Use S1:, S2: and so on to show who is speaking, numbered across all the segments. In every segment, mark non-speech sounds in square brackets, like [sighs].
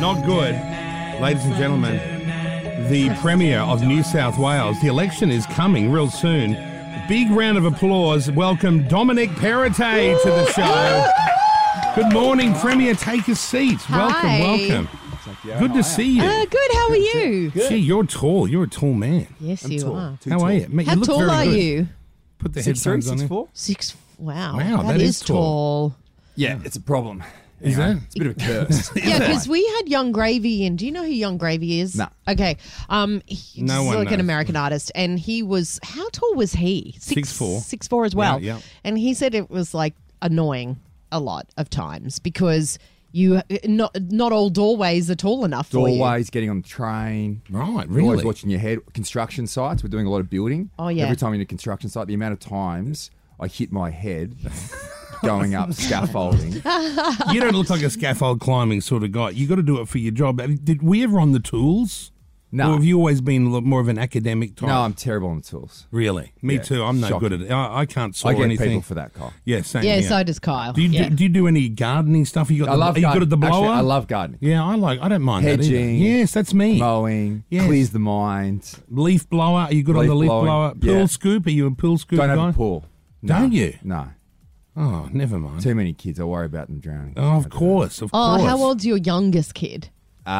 S1: Not good. Ladies and gentlemen, the Premier of New South Wales, the election is coming real soon. Big round of applause. Welcome Dominic Perrottet to the show. Good morning, Premier. Take a seat.
S2: Hi.
S1: Welcome, welcome. Good to see you.
S2: Uh, good. How are you?
S1: Gee, you're tall. You're a tall man.
S2: Yes, you are.
S1: How are you? Mate,
S2: How
S1: you look
S2: tall
S1: very
S2: are
S1: good.
S2: you?
S1: Put the
S3: Six three,
S1: headphones
S3: six
S1: on.
S3: four.
S2: Six. Wow.
S1: Wow, that is tall.
S2: tall.
S3: Yeah, it's a problem.
S1: Is
S3: Anyway,
S1: that?
S3: It's
S2: [laughs]
S3: a bit of a curse.
S2: Yeah, because we had Young Gravy in. Do you know who Young Gravy is?
S3: No.
S2: Okay. Um, he's
S1: No one
S2: like an
S1: knows.
S2: American artist, and he was how tall was he?
S1: Six four.
S2: Six four as well.
S1: Yeah, yeah.
S2: And he said it was like annoying a lot of times because you not not all doorways are tall enough for you.
S3: Always getting on the train.
S1: Right,
S3: You're
S1: really?
S3: Always watching your head. Construction sites. We're doing a lot of building.
S2: Oh, yeah.
S3: Every time you're in a construction site, the amount of times I hit my head [laughs]
S2: [laughs]
S3: going up scaffolding.
S1: you don't look like a scaffold climbing sort of guy. You got to do it for your job. Uh, Did we ever on the tools?
S3: No.
S1: Or have you always been a lot more of an academic type?
S3: No, I'm terrible on the tools.
S1: Really? Me
S3: Yeah,
S1: too. I'm no
S3: shocking.
S1: good at it. I, I can't saw
S3: I get
S1: anything.
S3: people for that, Kyle.
S1: Yeah, same.
S2: yeah,
S1: here.
S2: so does Kyle.
S1: Do you
S2: yeah.
S1: do, do you do any gardening stuff? You got
S3: I
S1: the,
S3: love.
S1: Are you
S3: garden-
S1: good at the blower?
S3: Actually, I love gardening.
S1: Yeah, I like. I don't mind that either.
S3: Hedging.
S1: Yes, that's me.
S3: Mowing
S1: Yes.
S3: clears the mind.
S1: Leaf blower. Are you good on
S3: Leaf
S1: the leaf
S3: blowing,
S1: blower? Pool
S3: yeah.
S1: scoop. Are you a pool scoop
S3: Don't
S1: guy?
S3: have a pool.
S1: Don't you?
S3: No,
S1: Oh, never mind.
S3: too many kids. I worry about them drowning.
S1: Oh, of course, of
S2: oh,
S1: course.
S2: how old's your youngest kid?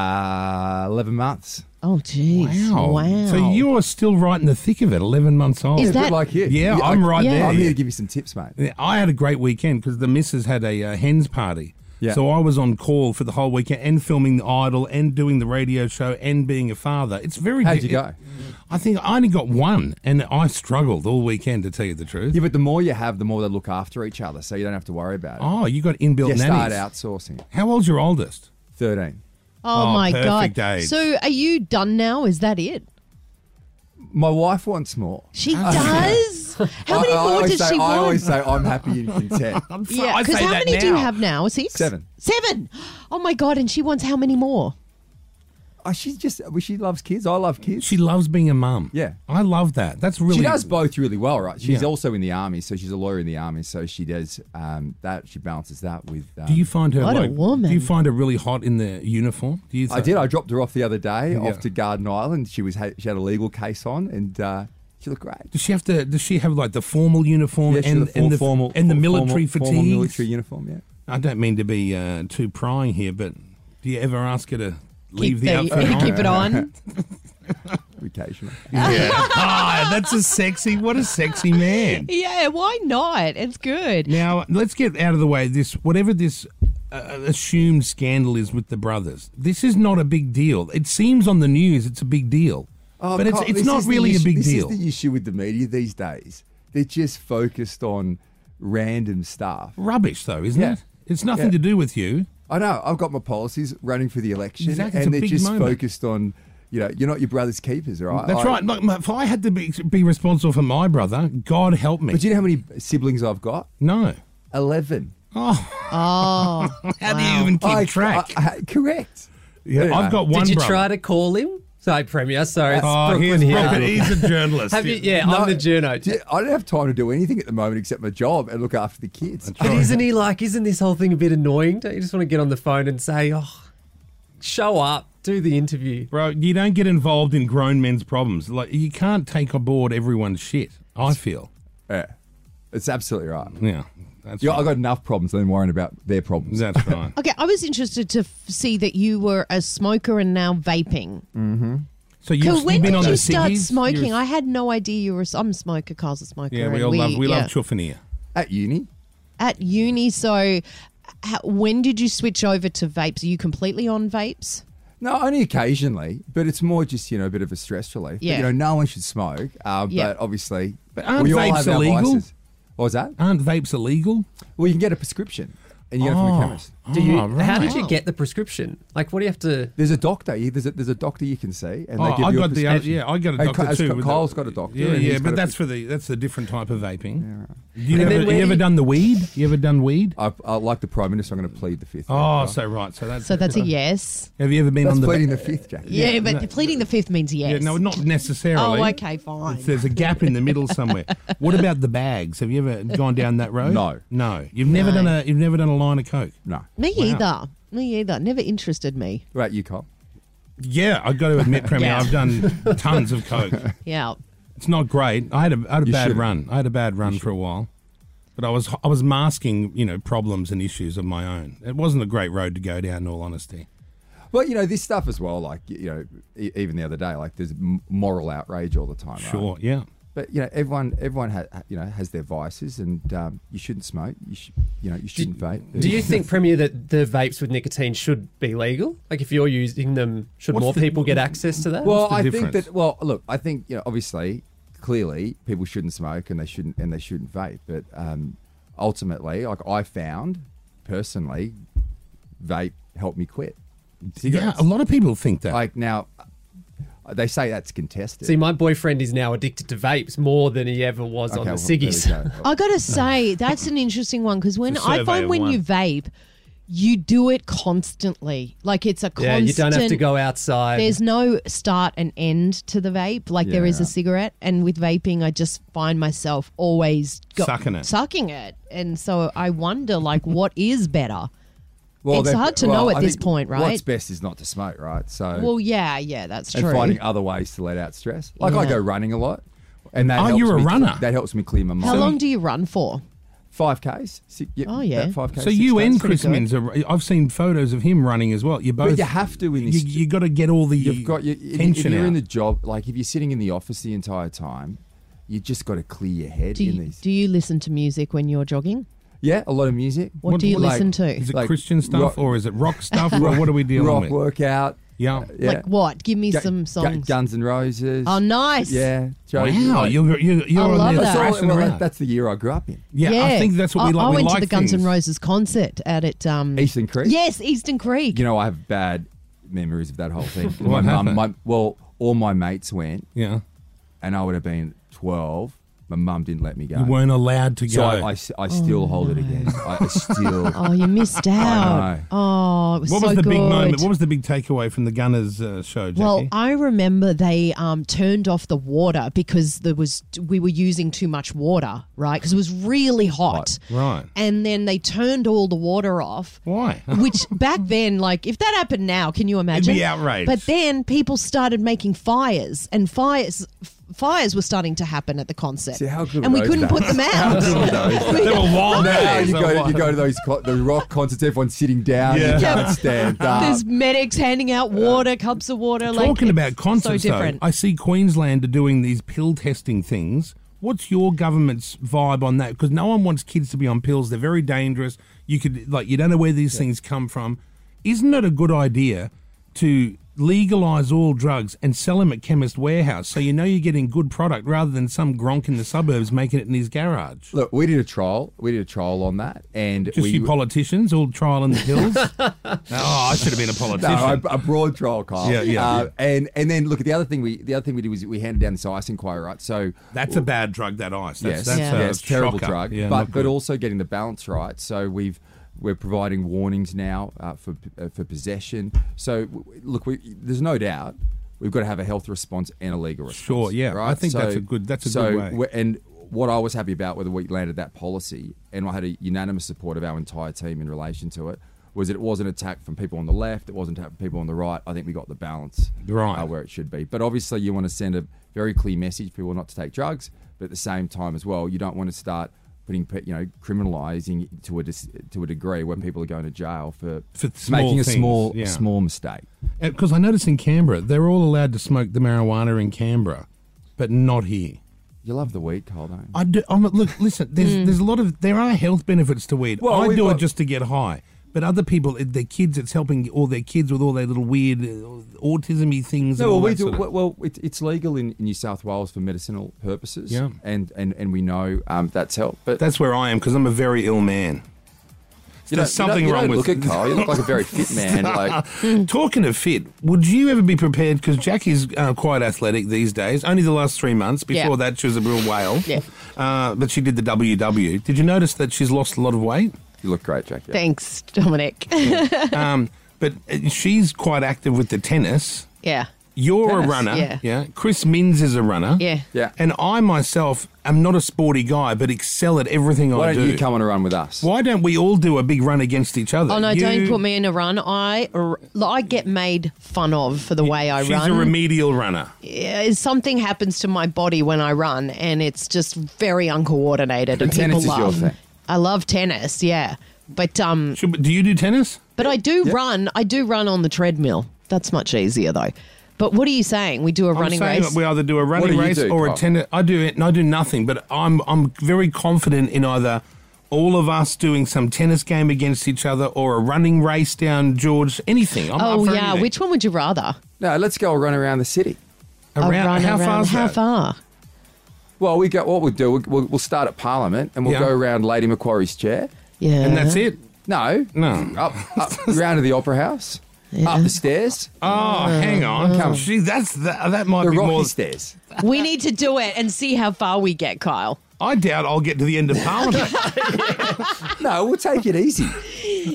S3: Uh, Eleven months.
S2: Oh, jeez.
S1: Wow.
S2: Wow.
S1: So you're still right in the thick of it. Eleven months old.
S2: Is that-
S3: Bit like you.
S1: Yeah, I'm right
S2: Yeah.
S1: there.
S3: I'm here to give you some tips, mate.
S1: Yeah, I had a great weekend because the missus had a uh, hens party.
S3: Yeah.
S1: So I was on call for the whole weekend and filming the idol and doing the radio show and being a father. It's very.
S3: How'd you go?
S1: I think I only got one, and I struggled all weekend to tell you the truth.
S3: Yeah, but the more you have, the more they look after each other, so you don't have to worry about it.
S1: Oh, you got inbuilt
S3: you start
S1: nannies.
S3: outsourcing.
S1: How old's your oldest?
S3: 13.
S2: Oh,
S1: Oh,
S2: my
S1: perfect
S2: god!
S1: age.
S2: So are you done now? Is that it?
S3: My wife wants more.
S1: [laughs]
S2: She does. How many
S3: I, I
S2: more
S3: always
S2: does she
S3: say, I
S2: want?
S3: always say I'm happy
S1: [laughs]
S3: and content.
S2: yeah, because how many do you have now? Six,
S3: Seven.
S2: seven. Oh my god! And she wants how many more?
S3: oh, she just, well, she loves kids. I love kids.
S1: She loves being a mum.
S3: Yeah.
S1: I love that. That's really.
S3: She does both really well, right? She's
S1: Yeah.
S3: also in the army, so she's a lawyer in the army, so she does um, that. She balances that with. Um,
S1: Do you find her
S2: What a
S1: like?
S2: woman.
S1: Do you find her really hot in the uniform? Do you?
S3: I
S1: think-
S3: did. I dropped her off the other day
S1: Yeah.
S3: off to Garden Island. She was she had a legal case on, and uh, she looked great.
S1: Does she have to? Does she have like the formal uniform
S3: Yeah, she had
S1: and,
S3: a form-
S1: and the
S3: formal,
S1: and the
S3: formal-
S1: military
S3: formal
S1: fatigue?
S3: military uniform. Yeah.
S1: I don't mean to be uh, too prying here, but do you ever ask her to leave the,
S2: the-
S1: outfit on?
S2: [laughs] keep it on.
S3: Occasionally.
S1: [laughs] Yeah. [laughs] ah, that's a sexy. What a sexy man.
S2: yeah, why not? It's good.
S1: Now let's get out of the way. This whatever this uh, assumed scandal is with the brothers. This is not a big deal. It seems on the news it's a big deal,
S3: Oh,
S1: but it's
S3: Carl,
S1: it's
S3: this
S1: not
S3: is the
S1: really a
S3: issue-
S1: big
S3: this
S1: deal.
S3: This is the issue with the media these days. They're just focused on random stuff.
S1: Rubbish though, isn't
S3: Yeah.
S1: it? It's nothing
S3: Yeah.
S1: to do with you.
S3: I know. I've got my policies running for the election,
S1: Exactly, it's a
S3: and they're
S1: big
S3: just
S1: moment.
S3: focused on. You know, you're not your brother's keepers, all right?
S1: That's
S3: I-
S1: right. Look, m- if I had to be be responsible for my brother, God help me.
S3: But do you know how many siblings I've got?
S1: no.
S3: Eleven.
S2: Oh,
S1: How do you even keep
S3: I-
S1: track?
S3: I- I- correct.
S1: yeah, I've got one
S4: Did you
S1: brother.
S4: try to call him? Sorry, Premier. Sorry, it's
S1: Oh, here's
S4: Brooklyn here.
S1: Brooklyn. He's a journalist.
S4: Have you? Yeah, I'm the journo.
S3: Do you- I don't have time to do anything at the moment except my job and look after the kids.
S4: but isn't he like? Isn't this whole thing a bit annoying? Don't you just want to get on the phone and say, "Oh, show up, do the interview"?
S1: Bro, you don't get involved in grown men's problems. Like you can't take aboard everyone's shit. I feel.
S3: Yeah, it's absolutely right.
S1: Yeah, that's
S3: Yeah,
S1: right.
S3: I've got enough problems than worrying about their problems.
S1: That's right.
S3: [laughs]
S2: okay. I was interested to f- see that you were a smoker and now vaping.
S1: So you've,
S2: Cool,
S1: you've
S2: when
S1: been
S2: did
S1: on
S2: you
S1: the
S2: start
S1: ciggies?
S2: smoking?
S1: You're-
S2: I had no idea you were. a s- I'm a smoker. Carl's a smoker.
S1: yeah, we
S2: and
S1: all love we
S2: yeah.
S1: love chuffing here.
S3: At uni,
S2: at uni. So, ha when did you switch over to vapes? Are you completely on vapes?
S3: No, only occasionally, but it's more just you know a bit of a stress relief. But,
S2: Yeah.
S3: you know, no one should smoke. Uh,
S2: Yeah.
S3: But obviously, but
S1: aren't vapes illegal?
S3: What was that?
S1: Aren't vapes illegal?
S3: Well, you can get a prescription and you get it from a chemist.
S4: Do you?
S1: Oh,
S4: How did
S1: right.
S4: you get the prescription? Like, what do you have to?
S3: There's a doctor. you- There's a, there's a doctor you can see, and
S1: Oh,
S3: they give
S1: I
S3: you a
S1: got the
S3: prescription.
S1: yeah, I got a
S3: Hey,
S1: doctor
S3: Ky-
S1: too.
S3: Ky-
S1: with
S3: Kyle's
S1: the-
S3: got a doctor.
S1: Yeah,
S3: and he's
S1: yeah,
S3: got
S1: but
S3: a
S1: that's
S3: pres-
S1: for the that's a different type of vaping. You
S4: And then
S1: ever,
S4: where
S1: you ever
S4: did-
S1: done the weed? You ever done weed?
S3: I, I like the prime minister. I'm going to plead the fifth.
S1: Oh, so right, so that's
S2: So
S1: [laughs]
S2: that's a yes.
S1: Have you ever been
S3: uh, that's
S1: on the?
S3: pleading the fifth, Jack.
S2: Yeah, but pleading the fifth means yes.
S1: Yeah, no, not necessarily.
S2: oh, okay, fine.
S1: It's- There's a gap in the middle
S2: [laughs]
S1: somewhere. What about the bags? Have you ever gone down that road?
S3: No.
S1: no. You've never
S2: No.
S1: done a. You've never done a line of coke.
S3: No.
S2: Me
S1: Wow.
S2: either. Me either. Never interested me.
S3: What about you, Cole?
S1: Yeah, I've got to admit, Premier,
S2: Yeah.
S1: I've done tons of coke. [laughs]
S2: Yeah.
S1: It's not great. I had a, I had a
S3: You
S1: bad
S3: should.
S1: run. I had a bad run for a while, but I was I was masking you know problems and issues of my own. It wasn't a great road to go down, in all honesty.
S3: Well, you know this stuff as well. Like you know, e- even the other day, like there's m- moral outrage all the time. right?
S1: Sure, yeah.
S3: But you know, everyone everyone ha- ha- you know has their vices, and um, you shouldn't smoke. You should you know you shouldn't vape.
S4: Do you think, Premier, that the vapes with nicotine should be legal? Like, if you're using them, should
S1: What's
S4: more
S1: the-
S4: people get access to that?
S3: Well,
S1: the
S3: I
S1: difference?
S3: think that. Well, look, I think you know, obviously, clearly, people shouldn't smoke and they shouldn't and they shouldn't vape. But um, ultimately, like I found personally, vape helped me quit.
S1: Yeah,
S3: Cigarettes.
S1: a lot of people think that.
S3: Like now, they say that's contested.
S4: See, my boyfriend is now addicted to vapes more than he ever was on
S3: Okay,
S4: the
S3: well, there we
S4: ciggies.
S3: go.
S2: I gotta say that's an interesting one because when
S1: It's a
S2: I
S1: survey
S2: find
S1: of
S2: when
S1: one.
S2: you vape, you do it constantly. Like it's a
S4: [laughs] yeah,
S2: constant.
S4: you don't have to go outside.
S2: There's no start and end to the vape like there is
S3: Yeah.
S2: a cigarette, and with vaping, I just find myself always go-
S1: Sucking it.
S2: sucking it, and so I wonder like what
S1: [laughs]
S2: is better.
S3: Well,
S2: It's
S3: they've-
S2: hard to know at
S3: I
S2: this
S3: think
S2: point, right?
S3: What's best is not to smoke, right? So
S2: Well, yeah, yeah, that's
S3: and
S2: true.
S3: finding other ways to let out stress. Like I
S2: Yeah.
S3: go running a lot, and that
S1: Oh,
S3: helps
S1: you're a
S3: me-
S1: runner.
S3: That helps me clear my mind.
S2: How long do you run for?
S3: Five k's. Si-
S2: Oh, yeah.
S3: about Five k's.
S1: so
S3: six
S1: you
S3: Ks.
S1: and Chris Minns, are, I've seen photos of him running as well. You both.
S3: you have to in
S1: You,
S3: this-
S1: you got to get all the
S3: You've got your if, if
S1: tension
S3: you're
S1: out.
S3: in the job, like if you're sitting in the office the entire time, you just got to clear your head
S2: Do
S3: in
S2: you,
S3: these.
S2: do you listen to music when you're jogging?
S3: yeah, a lot of music.
S2: What, do you
S1: like-
S2: listen to?
S1: is it
S3: like,
S1: Christian stuff
S3: rock-
S1: or is it
S3: [laughs]
S1: rock stuff? or what are we dealing
S3: Rock
S1: with?
S3: workout.
S1: Yeah.
S3: uh, yeah.
S2: Like what? Give me
S3: Gu-
S2: some
S3: Gu-
S2: songs.
S3: Guns and Roses.
S2: Oh, nice.
S3: Yeah. Joe,
S1: Wow,
S3: like-
S1: you're you're, you're
S2: I
S1: on
S2: love
S1: there
S2: that.
S3: that's, all,
S1: thrashing
S3: well,
S1: around.
S3: that, that's the year I grew up in.
S1: yeah, I think that's what we
S2: I,
S1: like.
S2: I
S1: we
S2: went
S1: like
S2: to the Guns N'
S1: things.
S2: Roses concert out at um,
S3: Eastern Creek?
S2: Yes, Eastern Creek.
S3: You know, I have bad memories of that whole thing.
S1: [laughs] What
S3: my mum,
S1: happened?
S3: my, well, all my mates went,
S1: Yeah,
S3: and I would have been twelve. My mum didn't let me go.
S1: you weren't allowed to go.
S3: so I, I s- I still hold it against. I, I still.
S2: oh, you
S1: [laughs]
S2: missed out.
S3: know.
S2: Oh, it was
S1: what
S2: so
S1: was the
S2: good.
S1: big moment? What was the big takeaway from the Gunners uh, show, Jackie?
S2: well, I remember they um, turned off the water because there was we were using too much water, right? Because it was really hot.
S1: Right.
S2: And then they turned all the water off.
S1: Why?
S2: [laughs] Which back then, like if that happened now, can you imagine?
S1: outrage.
S2: But then people started making fires, and fires f- fires were starting to happen at the concert.
S3: See, how good
S2: and we
S3: were those
S2: couldn't
S3: days?
S2: put them out.
S1: they were [laughs] wild
S3: No,
S1: days.
S3: you
S1: I
S3: go,
S1: was-
S3: you go to those co- the rock concerts. Everyone's sitting down.
S1: Yeah.
S3: You can't stand
S2: [laughs]
S3: up.
S2: There's medics handing out water, cups of water. like,
S1: Talking
S2: it's
S1: about concerts,
S2: so
S1: though,
S2: different.
S1: I see Queensland are doing these pill testing things. What's your government's vibe on that? Because no one wants kids to be on pills. They're very dangerous. You could like you don't know where these things come from. Isn't it a good idea to legalize all drugs and sell them at chemist warehouse so you know you're getting good product rather than some gronk in the suburbs making it in his garage?
S3: Look, we did a trial. We did a trial on that, and
S1: Just
S3: we.
S1: you politicians all trialing the
S3: [laughs]
S1: pills. oh, I should have been a
S3: no,
S1: politician.
S3: a, a broad trial, Kyle.
S1: Yeah, yeah,
S3: Uh, And and then look, the other thing we the other thing we did was we handed down this ice inquiry, right? So
S1: that's a bad drug. That ice. That's,
S3: yes,
S1: that's
S2: Yeah.
S1: a
S3: yes, terrible
S1: shocker.
S3: drug,
S1: Yeah,
S3: but
S1: not
S3: but
S1: good.
S3: also getting the balance right. So we've we're providing warnings now uh, for uh, for possession. So w- w- look, we, there's no doubt we've got to have a health response and a legal response.
S1: Sure, yeah. I
S3: right?
S1: think that's a good- that's a
S3: so
S1: good way.
S3: we- and what I was happy about whether we landed that policy, and I had a unanimous support of our entire team in relation to it, was that it wasn't attacked from people on the left, it wasn't attacked from people on the right. I think we got the balance
S1: Right.
S3: uh, where it should be. But obviously, you want to send a very clear message people not to take drugs, but at the same time as well, you don't want to start putting pe- you know criminalizing to a dis- to a degree where people are going to jail for,
S1: For small
S3: making a
S1: things,
S3: small
S1: yeah.
S3: small mistake.
S1: Because Uh, I noticed in Canberra, they're all allowed to smoke the marijuana in Canberra, but not here.
S3: You love the weed, Cole, don't you?
S1: I do, I'm, look, listen, there's, there's a lot of, there are health benefits to weed.
S3: Well,
S1: I
S3: we've
S1: do it
S3: got-
S1: just to get high. But other people, it- their kids, it's helping all their kids with all their little weird uh, autism-y things.
S3: No,
S1: and
S3: well,
S1: all
S3: we
S1: that
S3: do.
S1: sort of-
S3: Well, well, it, it's legal in, in New South Wales for medicinal purposes.
S1: Yeah.
S3: and and and we know um, that's helped. But
S1: That's where I am because I'm a very ill man.
S3: you
S1: there's
S3: don't-
S1: something
S3: you don't-
S1: wrong
S3: you don't
S1: with-
S3: look at Carl. You look like a
S1: [laughs]
S3: very fit man. Like
S1: Talking of fit, would you ever be prepared? Because Jackie's uh, quite athletic these days. Only the last three months. Before
S2: Yeah.
S1: that, she was a real whale.
S2: Yeah.
S1: Uh, but she did the WW. Did you notice that she's lost a lot of weight?
S3: you look great, Jack. Yeah.
S2: Thanks, Dominic. [laughs]
S1: um, but uh, she's quite active with the tennis.
S2: yeah.
S1: You're a
S2: Yes,
S1: runner.
S2: yeah.
S1: Chris Minns is a runner.
S2: Yeah.
S3: Yeah.
S1: And I myself am not a sporty guy, but excel at everything I
S3: Why
S1: do.
S3: don't you come on a run with us?
S1: Why don't we all do a big run against each other?
S2: Oh no!
S1: You-
S2: Don't put me in a run. I r- I get made fun of for the way I
S1: She's
S2: run.
S1: a remedial runner.
S2: Yeah, something happens to my body when I run, and it's just very uncoordinated.
S3: But
S2: and
S3: tennis
S2: people
S3: is your
S2: love.
S3: thing.
S2: I love tennis. Yeah, but um,
S1: Should- Do you do tennis?
S2: but I do run. I do run on the treadmill. That's much easier though. But what are you saying? We do a running
S1: I'm saying
S2: race.
S1: that we either do a running
S3: do you
S1: race
S3: do,
S1: or a
S3: Carl?
S1: tennis. I do it. and I do nothing, but I'm I'm very confident in either all of us doing some tennis game against each other or a running race down George. Anything. I'm up
S2: oh
S1: for
S2: yeah,
S1: anything.
S2: which one would you rather?
S3: No, let's go run around the city.
S2: A
S1: around,
S2: run
S1: how
S2: around.
S1: far? is
S2: how
S1: that?
S2: far?
S3: Well, we go. What we'll do, we'll, we'll start at Parliament and we'll
S1: Yeah.
S3: go around Lady Macquarie's chair.
S2: Yeah,
S1: And that's it.
S3: No,
S1: No.
S3: Up,
S1: [laughs]
S3: up round to the Opera House, up the stairs,
S2: Uh-huh.
S1: Oh, hang on.
S3: Come.
S1: Gee, that's that, that might
S3: the
S1: be
S3: rocky
S1: more.
S3: stairs.
S2: We need to do it and see how far we get, Kyle.
S1: I doubt I'll get to the end of Parliament.
S3: [laughs] No, we'll take it easy.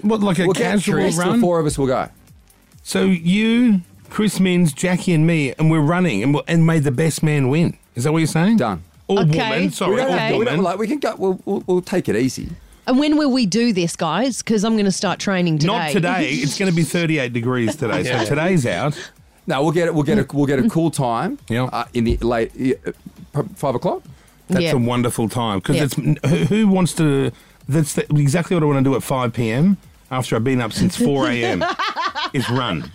S1: what, like a
S3: We'll get the
S1: casual
S3: rest of the
S1: run?
S3: four of us will go.
S1: So you, Chris Minns, Jackie, and me, and we're running, and, we'll, and may the best man win. Is that what you're saying?
S3: Done.
S1: Or
S2: Okay.
S1: woman,
S3: We
S1: sorry,
S3: don't,
S1: or
S2: Okay.
S3: we don't
S1: woman.
S3: like. We can go. We'll, we'll, we'll take it easy.
S2: And when will we do this, guys? Because I'm going to start training today.
S1: Not today. It's going to be 38 degrees today, so today's out.
S3: No, we'll get it. We'll get a. We'll get a cool time.
S1: [laughs] Yeah.
S3: Uh, in the late uh, prob- five o'clock.
S1: That's
S2: Yeah.
S1: a wonderful time because
S2: Yeah.
S1: it's who, who wants to. That's the, exactly what I want to do at 5 p.m. after I've been up since 4
S2: [laughs]
S1: a.m. is run.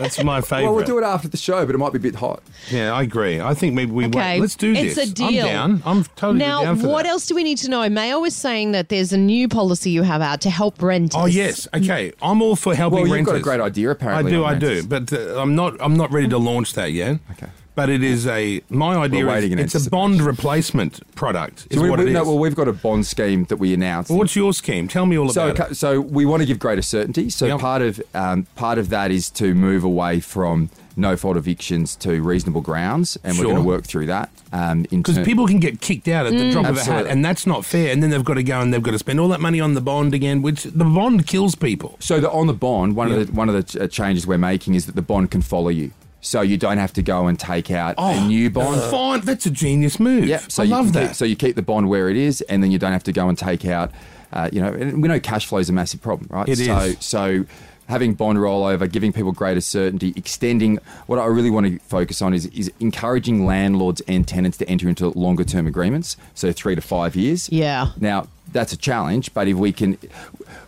S1: That's my favorite.
S3: Well, we'll do it after the show, but it might be a bit hot.
S1: Yeah, I agree. I think maybe we
S2: Okay.
S1: wait. Let's do
S2: It's
S1: this.
S2: a deal.
S1: I'm down. I'm totally
S2: Now,
S1: down for
S2: what
S1: that.
S2: else do we need to know? Mayo was saying that there's a new policy you have out to help renters.
S1: Oh yes, okay. I'm all for helping
S3: Well, you've
S1: renters.
S3: got a great idea,
S1: I
S3: apparently.
S1: do,
S3: on
S1: I do,
S3: renters.
S1: but uh, I'm not. I'm not ready to launch that yet.
S3: Okay.
S1: But it is a my idea. is
S3: waiting in
S1: it's a bond replacement product. Is
S3: So we,
S1: what
S3: we,
S1: it
S3: no,
S1: is.
S3: well, we've got a bond scheme that we announced.
S1: What's your scheme? Tell me all
S3: so,
S1: about
S3: okay, so we want to give greater certainty. So
S1: Yep.
S3: part of um, part of that is to move away from no fault evictions to reasonable grounds, and
S1: Sure.
S3: we're going to work through that. Um, in
S1: Because
S3: term-
S1: people can get kicked out at the drop of a hat,
S3: Absolutely.
S1: and that's not fair. And then they've got to go and they've got to spend all that money on the bond again, which the bond kills people.
S3: So the, on the bond, one
S1: Yeah.
S3: of the one of the ch- uh, changes we're making is that the bond can follow you, so you don't have to go and take out
S1: Oh,
S3: a new bond.
S1: Fine, that's a genius move.
S3: Yep. So
S1: I
S3: you
S1: love
S3: can
S1: that.
S3: Keep, so you keep the bond where it is, and then you don't have to go and take out. Uh, you know, and we know cash flow is a massive problem, right?
S1: It
S3: so,
S1: is.
S3: So having bond rollover, giving people greater certainty, extending. What I really want to focus on is is encouraging landlords and tenants to enter into longer term agreements, so three to five years.
S2: Yeah.
S3: Now that's a challenge, but if we can,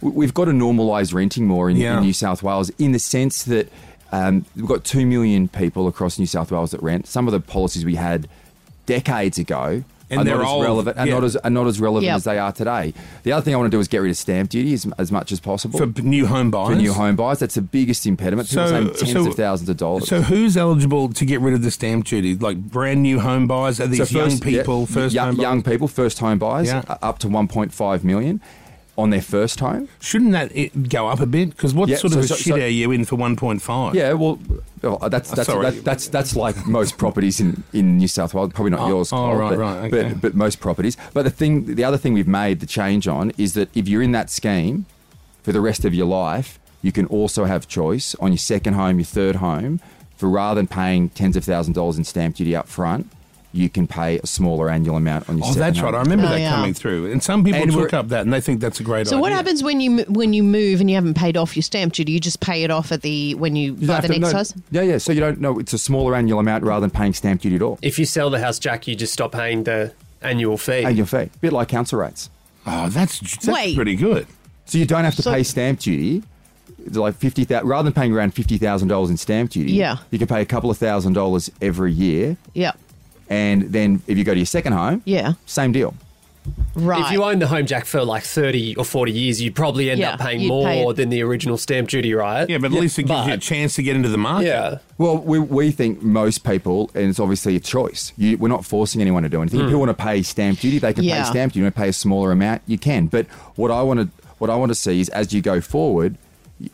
S3: w- we've got to normalise renting more in,
S1: Yeah.
S3: in New South Wales in the sense that um, we've got two million people across New South Wales that rent. Some of the policies we had decades ago
S1: And
S3: are
S1: they're
S3: not
S1: old,
S3: as relevant, are
S1: yeah.
S3: not as are not as relevant
S2: Yep.
S3: as they are today. The other thing I want to do is get rid of stamp duty as, as much as possible
S1: for
S3: for,
S1: p- new home buyers.
S3: new home buyers. That's the biggest impediment. People
S1: So-
S3: saying tens
S1: so-
S3: of thousands of dollars.
S1: So who's eligible to get rid of the stamp duty? Like brand new home buyers? Are these
S3: So
S1: young
S3: yeah,
S1: people? first
S3: young,
S1: home buyers?
S3: young people, first home buyers,
S1: Yeah.
S3: uh, up to 1.5 million on their first home.
S1: Shouldn't that it go up a bit? Because what
S3: Yeah,
S1: sort of
S3: so-
S1: a
S3: so-
S1: shit
S3: so-
S1: are you in for one point five?
S3: Yeah, well, oh, that's that's
S1: sorry.
S3: that, that's that's like most properties in, in New South Wales. Probably not
S1: Oh,
S3: yours,
S1: oh,
S3: Carl,
S1: right,
S3: but,
S1: right,
S3: but-
S1: okay.
S3: but most properties. But the thing, the other thing we've made the change on is that if you're in that scheme for the rest of your life, you can also have choice on your second home, your third home. For rather than paying tens of thousands of dollars in stamp duty up front, you can pay a smaller annual amount on your.
S1: Oh,
S3: second
S1: that's
S3: home.
S1: right. I remember
S2: Oh,
S1: that
S2: yeah.
S1: coming through, and some people
S3: And
S1: took
S3: we're-
S1: up that, and they think that's a great
S2: So
S1: idea.
S2: what happens when you when you move and you haven't paid off your stamp duty? You just pay it off at the when you, buy
S3: You don't
S2: the
S3: have to-
S2: next
S3: no-
S2: house.
S3: Yeah, yeah. So you don't know it's a smaller annual amount rather than paying stamp duty at all.
S5: If you sell the house, Jack, you just stop paying the annual fee.
S3: Annual fee, bit like council rates.
S1: Oh, that's, that's
S2: Wait.
S1: pretty good.
S3: So you don't have to
S2: So-
S3: pay stamp duty. It's Like fifty thousand, rather than paying around fifty thousand dollars in stamp duty,
S2: Yeah.
S3: you can pay a couple of thousand dollars every year,
S2: Yeah,
S3: and then if you go to your second home,
S2: Yeah.
S3: same deal.
S2: right.
S5: If you own the home, Jack, for like 30 or 40 years, you'd probably end
S2: Yeah,
S5: up paying
S2: you'd
S5: more
S2: pay it.
S5: than the original stamp duty, right?
S1: Yeah, but at least it gives you a
S5: but-
S1: chance to get into the market.
S5: Yeah.
S3: Well, we, we think most people, and it's obviously a choice. You, we're not forcing anyone to do anything. If
S1: Hmm.
S3: people want to pay stamp duty, they can
S2: Yeah.
S3: pay stamp duty. You want to pay a smaller amount, you can. But what I want to what I want to see is as you go forward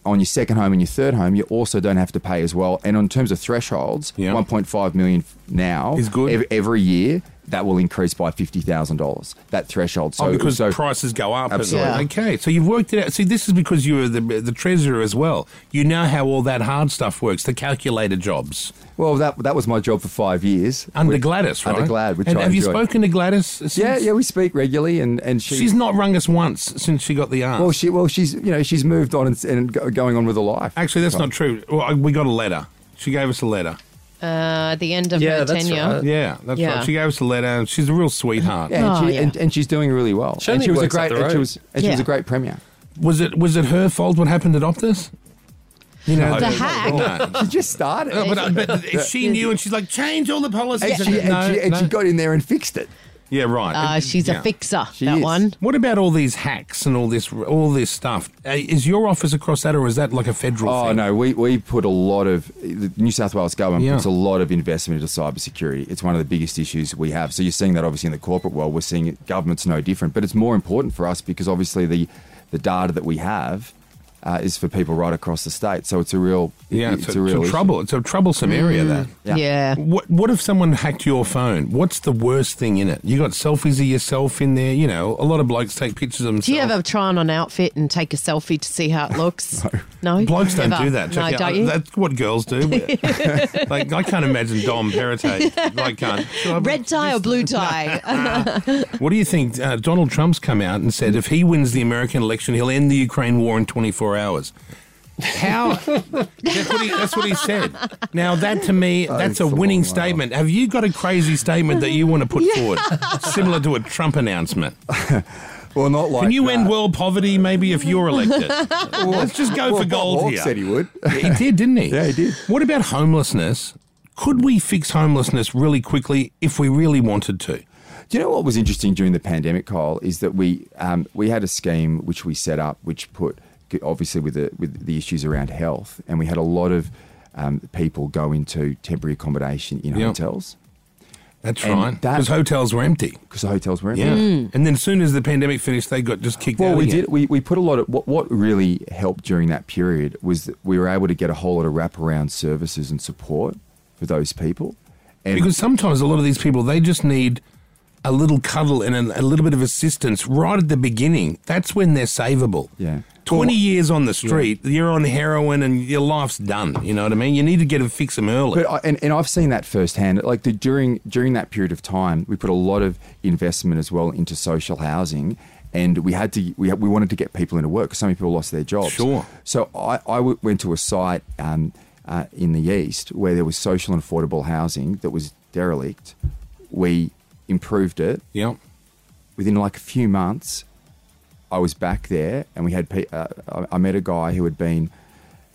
S3: on your second home and your third home, you also don't have to pay as well. And in terms of thresholds,
S1: Yeah.
S3: 1.5 million now
S1: Is good.
S3: ev- every year. that will increase by fifty thousand dollars. That threshold. So
S1: oh, because
S3: so,
S1: prices go up. and-
S3: Absolutely.
S2: Yeah.
S1: Okay, so you've worked it out. See, this is because you were the, the treasurer as well. You know how all that hard stuff works, the calculator jobs.
S3: Well, that that was my job for five years
S1: Under
S3: With-
S1: Gladys, right?
S3: Under Glad, which
S1: and
S3: I
S1: Have you
S3: enjoyed.
S1: spoken to Gladys? Since?
S3: Yeah, yeah, we speak regularly, and and she,
S1: She's not rung us once since she got the arm.
S3: well, she well, she's you know she's moved on and, and go- going on with her life.
S1: Actually, that's
S3: Right.
S1: not true. Well, I- we got a letter. She gave us a letter.
S2: Uh, at the end of
S4: Yeah,
S2: her
S4: that's
S2: tenure.
S4: right.
S1: Yeah, that's
S2: Yeah.
S1: right. She gave us a letter. and She's a real sweetheart.
S3: Yeah,
S2: Oh,
S3: and, she,
S2: yeah.
S3: And, and she's doing really well.
S4: She
S3: and
S4: only
S3: she was a
S4: works up
S3: great,
S4: the
S3: and she
S4: road.
S3: was, and she was
S2: Yeah.
S3: a great premier.
S1: Was it was it her fault what happened at Optus? You know,
S2: The hack.
S3: [laughs]
S1: No.
S3: She just started,
S1: No, but, uh, but if she knew, and she's like, change all the policies.
S3: and, she, and,
S1: No,
S3: she, and
S1: no.
S3: she got in there and fixed it.
S1: yeah, right.
S2: Uh,
S1: It-
S2: she's
S1: yeah.
S2: a fixer.
S3: She
S2: that
S3: is.
S2: one.
S1: What about all these hacks and all this all this stuff? Uh, Is your office across that, or is that like a federal?
S3: Oh
S1: thing?
S3: no, we, we put a lot of the New South Wales government
S1: Yeah.
S3: puts a lot of investment into cybersecurity. It's one of the biggest issues we have. So you're seeing that obviously in the corporate world. We're seeing it, government's no different, but it's more important for us because obviously the the data that we have uh, is for people right across the state. So it's a real
S1: Yeah,
S3: it-
S1: it's, a, it's a
S3: issue. Mm.
S1: trouble. It's a troublesome area. That.
S3: Yeah.
S2: yeah.
S1: What What if someone hacked your phone? What's the worst thing in it? You got selfies of yourself in there. You know, a lot of blokes take pictures of themselves.
S2: Do you ever try on an outfit and take a selfie to see how
S1: [laughs]
S2: it looks? no.
S1: Blokes don't
S2: Never?
S1: do that. Check
S2: no,
S1: it out.
S2: don't you?
S1: That's what girls
S2: [laughs]
S1: do. like I can't imagine Dom Perrottet. I can't. Should I-
S2: Red tie or
S1: [laughs]
S2: blue tie?
S1: What do you think? Uh, Donald Trump's come out and said if he wins the American election, he'll end the Ukraine war in 24 hours. How? that's, what he, that's what he said. Now, that to me, that's a
S3: it's a
S1: winning
S3: long way off.
S1: statement. Have you got a crazy statement that you want to put forward, similar to a Trump announcement?
S3: Oh Well, not like
S1: Can you end
S3: that.
S1: world poverty maybe if you're elected? Let's just go
S3: Well,
S1: for
S3: Bob
S1: gold
S3: Hawke
S1: here.
S3: said he would.
S1: He did, didn't he?
S3: Yeah, he did.
S1: What about homelessness? Could we fix homelessness really quickly if we really wanted to?
S3: [laughs] Do you know what was interesting during the pandemic, Kyle? Is that we um, we had a scheme which we set up, which put obviously with the with the issues around health, and we had a lot of um, people go into temporary accommodation in
S1: Yeah.
S3: hotels
S1: That's
S3: And
S1: right.
S3: that-
S1: Because hotels were empty.
S3: because the hotels were empty.
S1: Yeah. And then as soon as the pandemic finished, they got just kicked out.
S3: Mm. Well, we
S1: again.
S3: did. We, we put a lot of what what really helped during that period was that we were able to get a whole lot of wraparound services and support for those people. And
S1: Because sometimes a lot of these people, they just need a little cuddle and a, a little bit of assistance right at the beginning. That's when they're savable.
S3: Yeah.
S1: 20 years on the street, you're on heroin and your life's done. You know what I mean? You need to get and fix them early.
S3: But I, and, and I've seen that firsthand. Like the, during during that period of time, we put a lot of investment as well into social housing, and we had to we, we wanted to get people into work. 'cause So many people lost their jobs.
S1: Sure.
S3: So I, I w- went to a site um, uh, in the east where there was social and affordable housing that was derelict. We improved it
S1: yeah.
S3: within like a few months, I was back there, and we had. pe- Uh, I- I met a guy who had been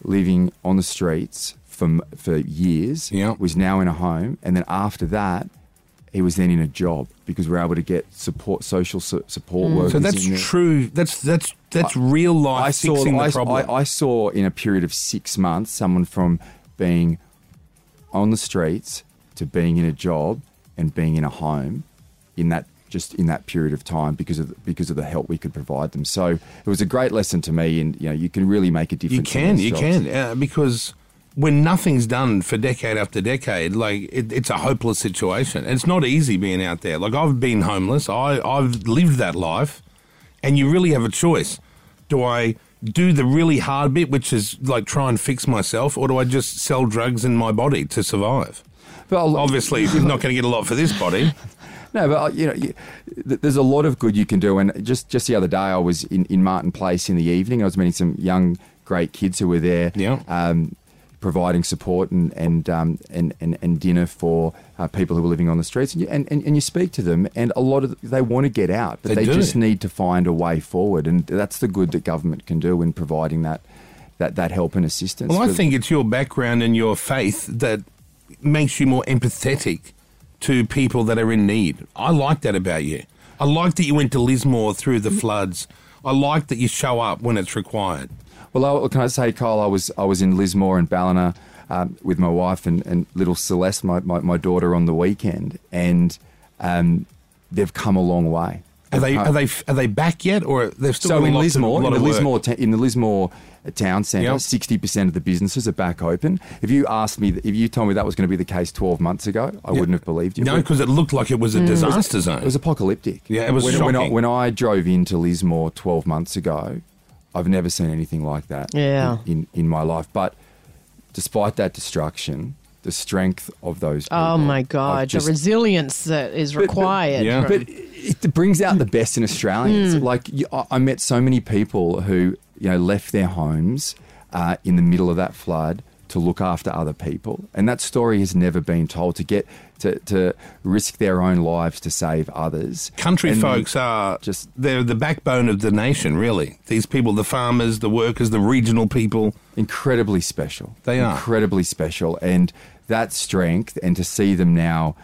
S3: living on the streets for m- for years.
S1: Yeah.
S3: was now in a home, and then after that, he was then in a job because we were able to get support, social su- support workers.
S1: Mm. So that's
S3: in there.
S1: true. That's that's that's real life
S3: I saw.
S1: fixing
S3: I,
S1: the problem.
S3: I, I saw in a period of six months someone from being on the streets to being in a job and being in a home in that just in that period of time because of the, because of the help we could provide them. So it was a great lesson to me, and you know you can really make a difference.
S1: you
S3: in
S1: can,
S3: these
S1: you
S3: jobs.
S1: can, uh, because when nothing's done for decade after decade, like it, it's a hopeless situation. It's not easy being out there. Like I've been homeless. I I've lived that life, and you really have a choice. Do I do the really hard bit, which is like try and fix myself, or do I just sell drugs in my body to survive?
S3: But I'll-
S1: Obviously, you're not going to get a lot for this body.
S3: No, but uh, you know, you, th- there's a lot of good you can do. And just just the other day, I was in, in Martin Place in the evening. I was meeting some young, great kids who were there,
S1: Yeah.
S3: um, providing support and and, um, and and and dinner for uh, people who were living on the streets. And you, and, and, and you speak to them, and a lot of they want to get out, but
S1: They
S3: they,
S1: do.
S3: just need to find a way forward. And that's the good that government can do in providing that that, that help and assistance.
S1: Well, I
S3: for-
S1: think it's your background and your faith that makes you more empathetic to people that are in need. I like that about you. I like that you went to Lismore through
S3: Mm.
S1: the floods. I like that you show up when it's required.
S3: Well, I, can I say, Kyle, I was I was in Lismore and Ballina um, with my wife and, and little Celeste, my, my, my daughter, on the weekend, and um, they've come a long way.
S1: Are they
S3: Uh,
S1: are they are they back yet, or they've still
S3: So
S1: got a
S3: in
S1: lot to-
S3: Lismore,
S1: lot
S3: in the
S1: of work?
S3: Lismore, ta- in the Lismore uh, town centre,
S1: Yep.
S3: sixty percent of the businesses are back open. If you asked me, if you told me that was going to be the case twelve months ago, I wouldn't have believed you.
S1: No,
S3: But
S1: because it looked like it was a disaster zone.
S3: Mm. it was apocalyptic.
S1: Yeah, it was
S3: when, when I,
S1: shocking.
S3: when I drove into Lismore twelve months ago, I've never seen anything like that.
S2: Yeah.
S3: in in, in my life. But despite that destruction, the strength of those.
S2: Oh
S3: people,
S2: my
S3: I've
S2: god,
S3: just-
S2: the resilience that is required.
S1: uh, [laughs] Yeah.
S3: but it it brings out the best in
S2: Hmm.
S3: Australians. Like you, I I met so many people who you know left their homes uh, in the middle of that flood to look after other people, and that story has never been told. To get to, to risk their own lives to save others.
S1: Country
S3: And
S1: folks are just
S3: just-
S1: they're the backbone of the nation, really. These people, the farmers, the workers, the regional people.
S3: incredibly special.
S1: They are.
S3: incredibly special, and that strength, and to see them now,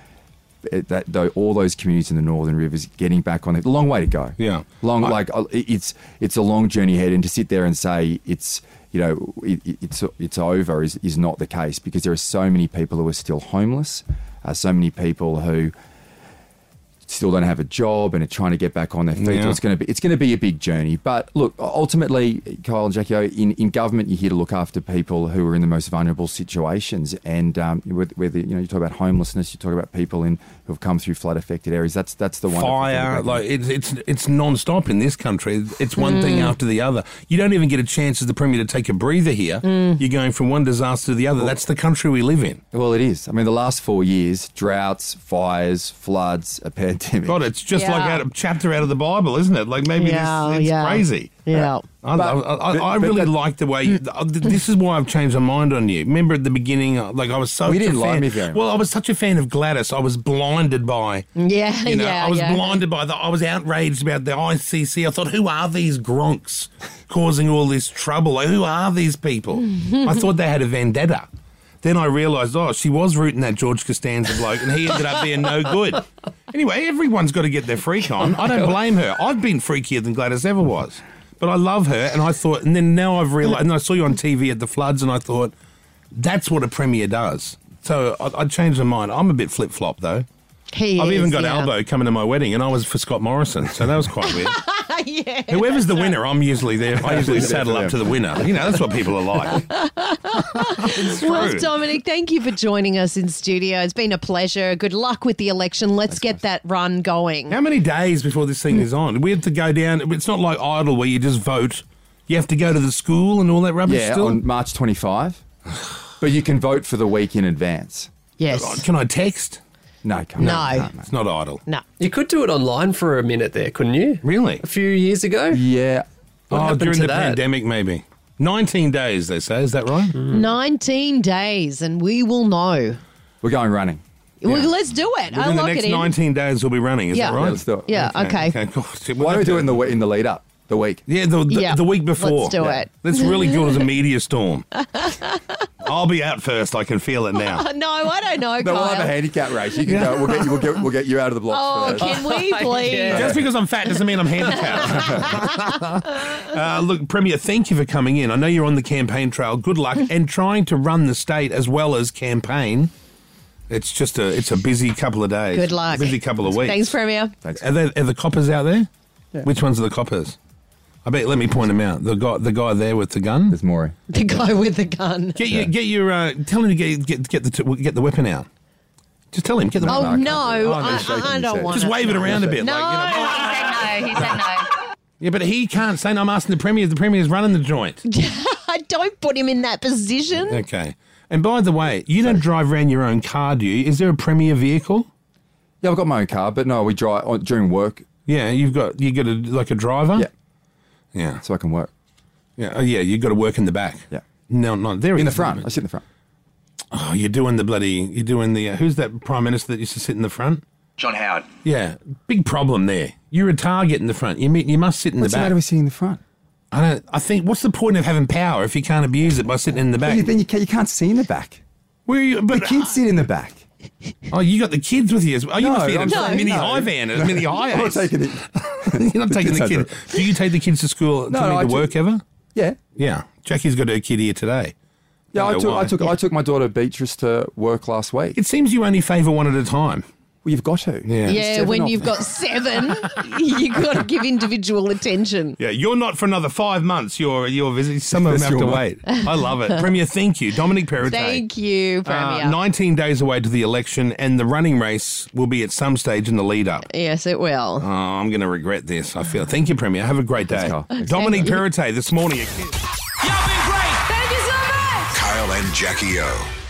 S3: eh, that though all those communities in the Northern Rivers getting back on it, long way to go.
S1: Yeah.
S3: long
S1: I-
S3: like uh, it- it's it's a long journey ahead, and to sit there and say it's you know it, it- it's it's over is is not the case because there are so many people who are still homeless, uh, so many people who. Still don't have a job and are trying to get back on their feet.
S1: Yeah.
S3: So it's going to be it's going to be a big journey. But look, ultimately, Kyle and Jackie, O, in, in government, you're here to look after people who are in the most vulnerable situations. And um, whether, whether you know you talk about homelessness, you talk about people in who have come through flood affected areas. That's that's the one
S1: Fire, like it's it's it's non-stop in this country. It's one thing
S3: Mm.
S1: after the other. You don't even get a chance as the premier to take a breather here.
S3: Mm.
S1: You're going from one disaster to the other. That's the country we live in.
S3: Well, it is. I mean, the last four years: droughts, fires, floods, a pandemic.
S1: God, it's just like
S2: Yeah.
S1: out a chapter out of the Bible, isn't it? Like maybe
S2: Yeah,
S1: this, it's
S2: yeah.
S1: crazy.
S2: Yeah.
S1: I,
S3: But-
S1: love, I,
S3: but-
S1: I, I
S3: but Mm.
S1: really
S3: that-
S1: like the way. You, uh, th- this is why I've changed my mind on you. Remember at the beginning, uh, like I was so.
S3: Well, you
S1: such a
S3: didn't like
S1: fan-
S3: me very much.
S1: Well, I was such a fan of Gladys. I was blinded by.
S2: Yeah, [laughs]
S1: You know,
S2: yeah,
S1: I was
S2: yeah.
S1: blinded by the. I was outraged about the ICC. I thought, who are these gronks
S2: [laughs]
S1: causing all this trouble? Like, who are these people? I thought they had a vendetta. Then I realised, oh, she was rooting that George Costanza bloke, and he ended up being no good. Anyway, everyone's got to get their freak on. I don't blame her. I've been freakier than Gladys ever was, but I love her, and I thought, and then now I've realised, and I saw you on TV at the floods, and I thought, that's what a premier does. So I, I changed my mind. I'm a bit flip flop though.
S2: He
S1: I've
S2: is,
S1: even got
S2: yeah.
S1: Albo coming to my wedding, and I was for Scott Morrison, so that was quite weird.
S2: [laughs] yeah.
S1: Whoever's the winner, I'm usually there. I usually
S3: Usually there
S1: saddle
S3: for
S1: up
S3: them.
S1: to the winner. You know, that's what people are
S2: [laughs]
S1: like. It's
S2: Well,
S1: true.
S2: Dominic, thank you for joining us in studio. It's been a pleasure. Good luck with the election. Let's get that run going.
S1: How many days before this thing is on? We have to go down. It's not like Idle where you just vote. You have to go to the school and all that rubbish.
S3: yeah,
S1: still?
S3: on March
S1: [sighs]
S3: 25. but you can vote for the week in advance.
S1: Oh,
S2: Yes.
S1: Can I text?
S3: No, come
S2: No.
S3: on, can't, mate.
S1: It's not Idle.
S2: No.
S4: You could do it online for a minute there, couldn't you?
S1: Really?
S4: A few years ago?
S3: Yeah.
S4: What
S1: oh,
S4: happened
S1: during
S4: to
S1: the
S4: that?
S1: pandemic, maybe. 19 days, they say. Is that right?
S2: Mm. 19 days and we will know.
S3: We're going running.
S2: Well, let's do it. I
S1: Within the
S2: lock
S1: next
S2: it in.
S1: 19 days, we'll be running. Is
S2: yeah.
S1: that right?
S3: let's do it.
S2: Yeah, okay.
S1: okay. God, shit, we'll
S3: Why don't we
S1: have
S3: do it
S1: to-
S3: in the we- in the lead up,
S2: [laughs]
S3: the week?
S1: Yeah, the, the,
S2: Yeah.
S1: the week before.
S2: Let's do
S1: Yeah.
S2: it.
S1: That's really good as a media
S2: [laughs]
S1: storm. I'll be out first. I can feel it
S2: [laughs]
S1: now.
S2: No, I
S1: [laughs]
S2: don't know,
S3: No, we'll have a
S2: Kyle.
S3: handicap race. You can go. We'll get you. We'll get, we'll get you out of the
S2: [laughs] Oh,
S3: blocks. first.
S2: can
S1: [laughs]
S2: we please?
S1: Just because I'm fat doesn't mean I'm handicapped. [laughs]
S2: [laughs]
S1: uh, look, Premier, thank you for coming in. I know you're on the campaign trail. Good luck
S2: [laughs]
S1: and trying to run the state as well as campaign. It's just a it's a busy couple of days.
S2: Good luck.
S1: Busy couple of weeks.
S2: Thanks, Premier.
S1: Are, there, are the coppers out there? Which ones are the coppers? I bet. Let me point them out. The guy the guy there with the gun.
S3: There's Maury.
S2: [laughs] The guy with the gun.
S1: Get your get your uh, tell him to get get get the t- get the weapon out. Just tell him get the
S2: Oh,
S1: weapon.
S2: no.
S1: out.
S3: Oh, no,
S2: I,
S3: he's shaking
S2: I- I
S3: his
S2: don't
S3: head.
S2: want
S1: Just
S2: it.
S1: wave it around a bit.
S2: No.
S1: Like, you know,
S2: [laughs]
S6: He said no. He said no.
S1: yeah, but he can't say. No, I'm asking the premier. The premier's running the
S3: [laughs]
S1: joint.
S2: don't put him in that position.
S1: okay. And by the way, you don't drive around your own car, do you? Is there a premier vehicle?
S3: Yeah, I've got my own car, but no, we drive on, during work,
S1: Yeah, you've got you got a like a driver.
S3: Yeah.
S1: Yeah.
S3: so I can work.
S1: Yeah. Oh, yeah. You've got to work in the back.
S3: Yeah.
S1: No, not there.
S3: In the
S1: is.
S3: front, I sit in the front.
S1: Oh, you're doing the bloody. You're doing the. Uh, who's that prime minister that used to sit in the front?
S7: John Howard.
S1: Yeah. Big problem there. You're a target in the front. You meet, You must sit in
S3: What's
S1: the
S3: the
S1: back.
S3: matter with sitting in the front?
S1: I don't. I think. What's the point of having power if you can't abuse it by sitting in the back?
S3: Well, you- then you can't, you can't see in the back.
S1: Where are you?
S3: The
S1: But
S3: kids sit in the back.
S1: oh, you got the kids with you. as well. Oh, you
S3: No,
S1: must be in a
S3: I'm
S2: saying
S1: mini
S3: no.
S1: high van, a mini high.
S3: [laughs] I'm not
S1: ace. [laughs]
S3: taking it.
S1: You're not taking the
S3: kids
S1: kid.
S3: under
S1: Do you take the kids to school
S3: No,
S1: to,
S3: I
S1: to
S3: do.
S1: work ever?
S3: Yeah.
S1: Yeah, Jackie's got her kid here today.
S3: Yeah,
S1: Don't
S3: I
S1: know
S3: took,
S1: why.
S3: I took I took my daughter Beatrice to work last week.
S1: It seems you only favour one at a time.
S3: Well, you've got to.
S1: Yeah.
S2: Yeah,
S3: Seven
S2: when
S3: of
S2: you've
S3: them.
S2: got seven, [laughs] you got to give individual attention.
S1: Yeah, you're not for another five months. You're you're busy. Some of them
S3: That's
S1: have to
S3: your-
S1: wait. [laughs] I love it. Premier, thank you, Dominic Perrottet.
S2: Thank you, Premier.
S1: Uh, 19 days away to the election, and the running race will be at some stage in the lead up.
S2: yes, it will.
S1: Oh, I'm going to regret this. I feel. Thank you, Premier. Have a great day.
S3: Carl. Thanks.
S1: Dominic
S2: Thank you.
S1: Perrottet this morning.
S6: Kyle and Jackie O.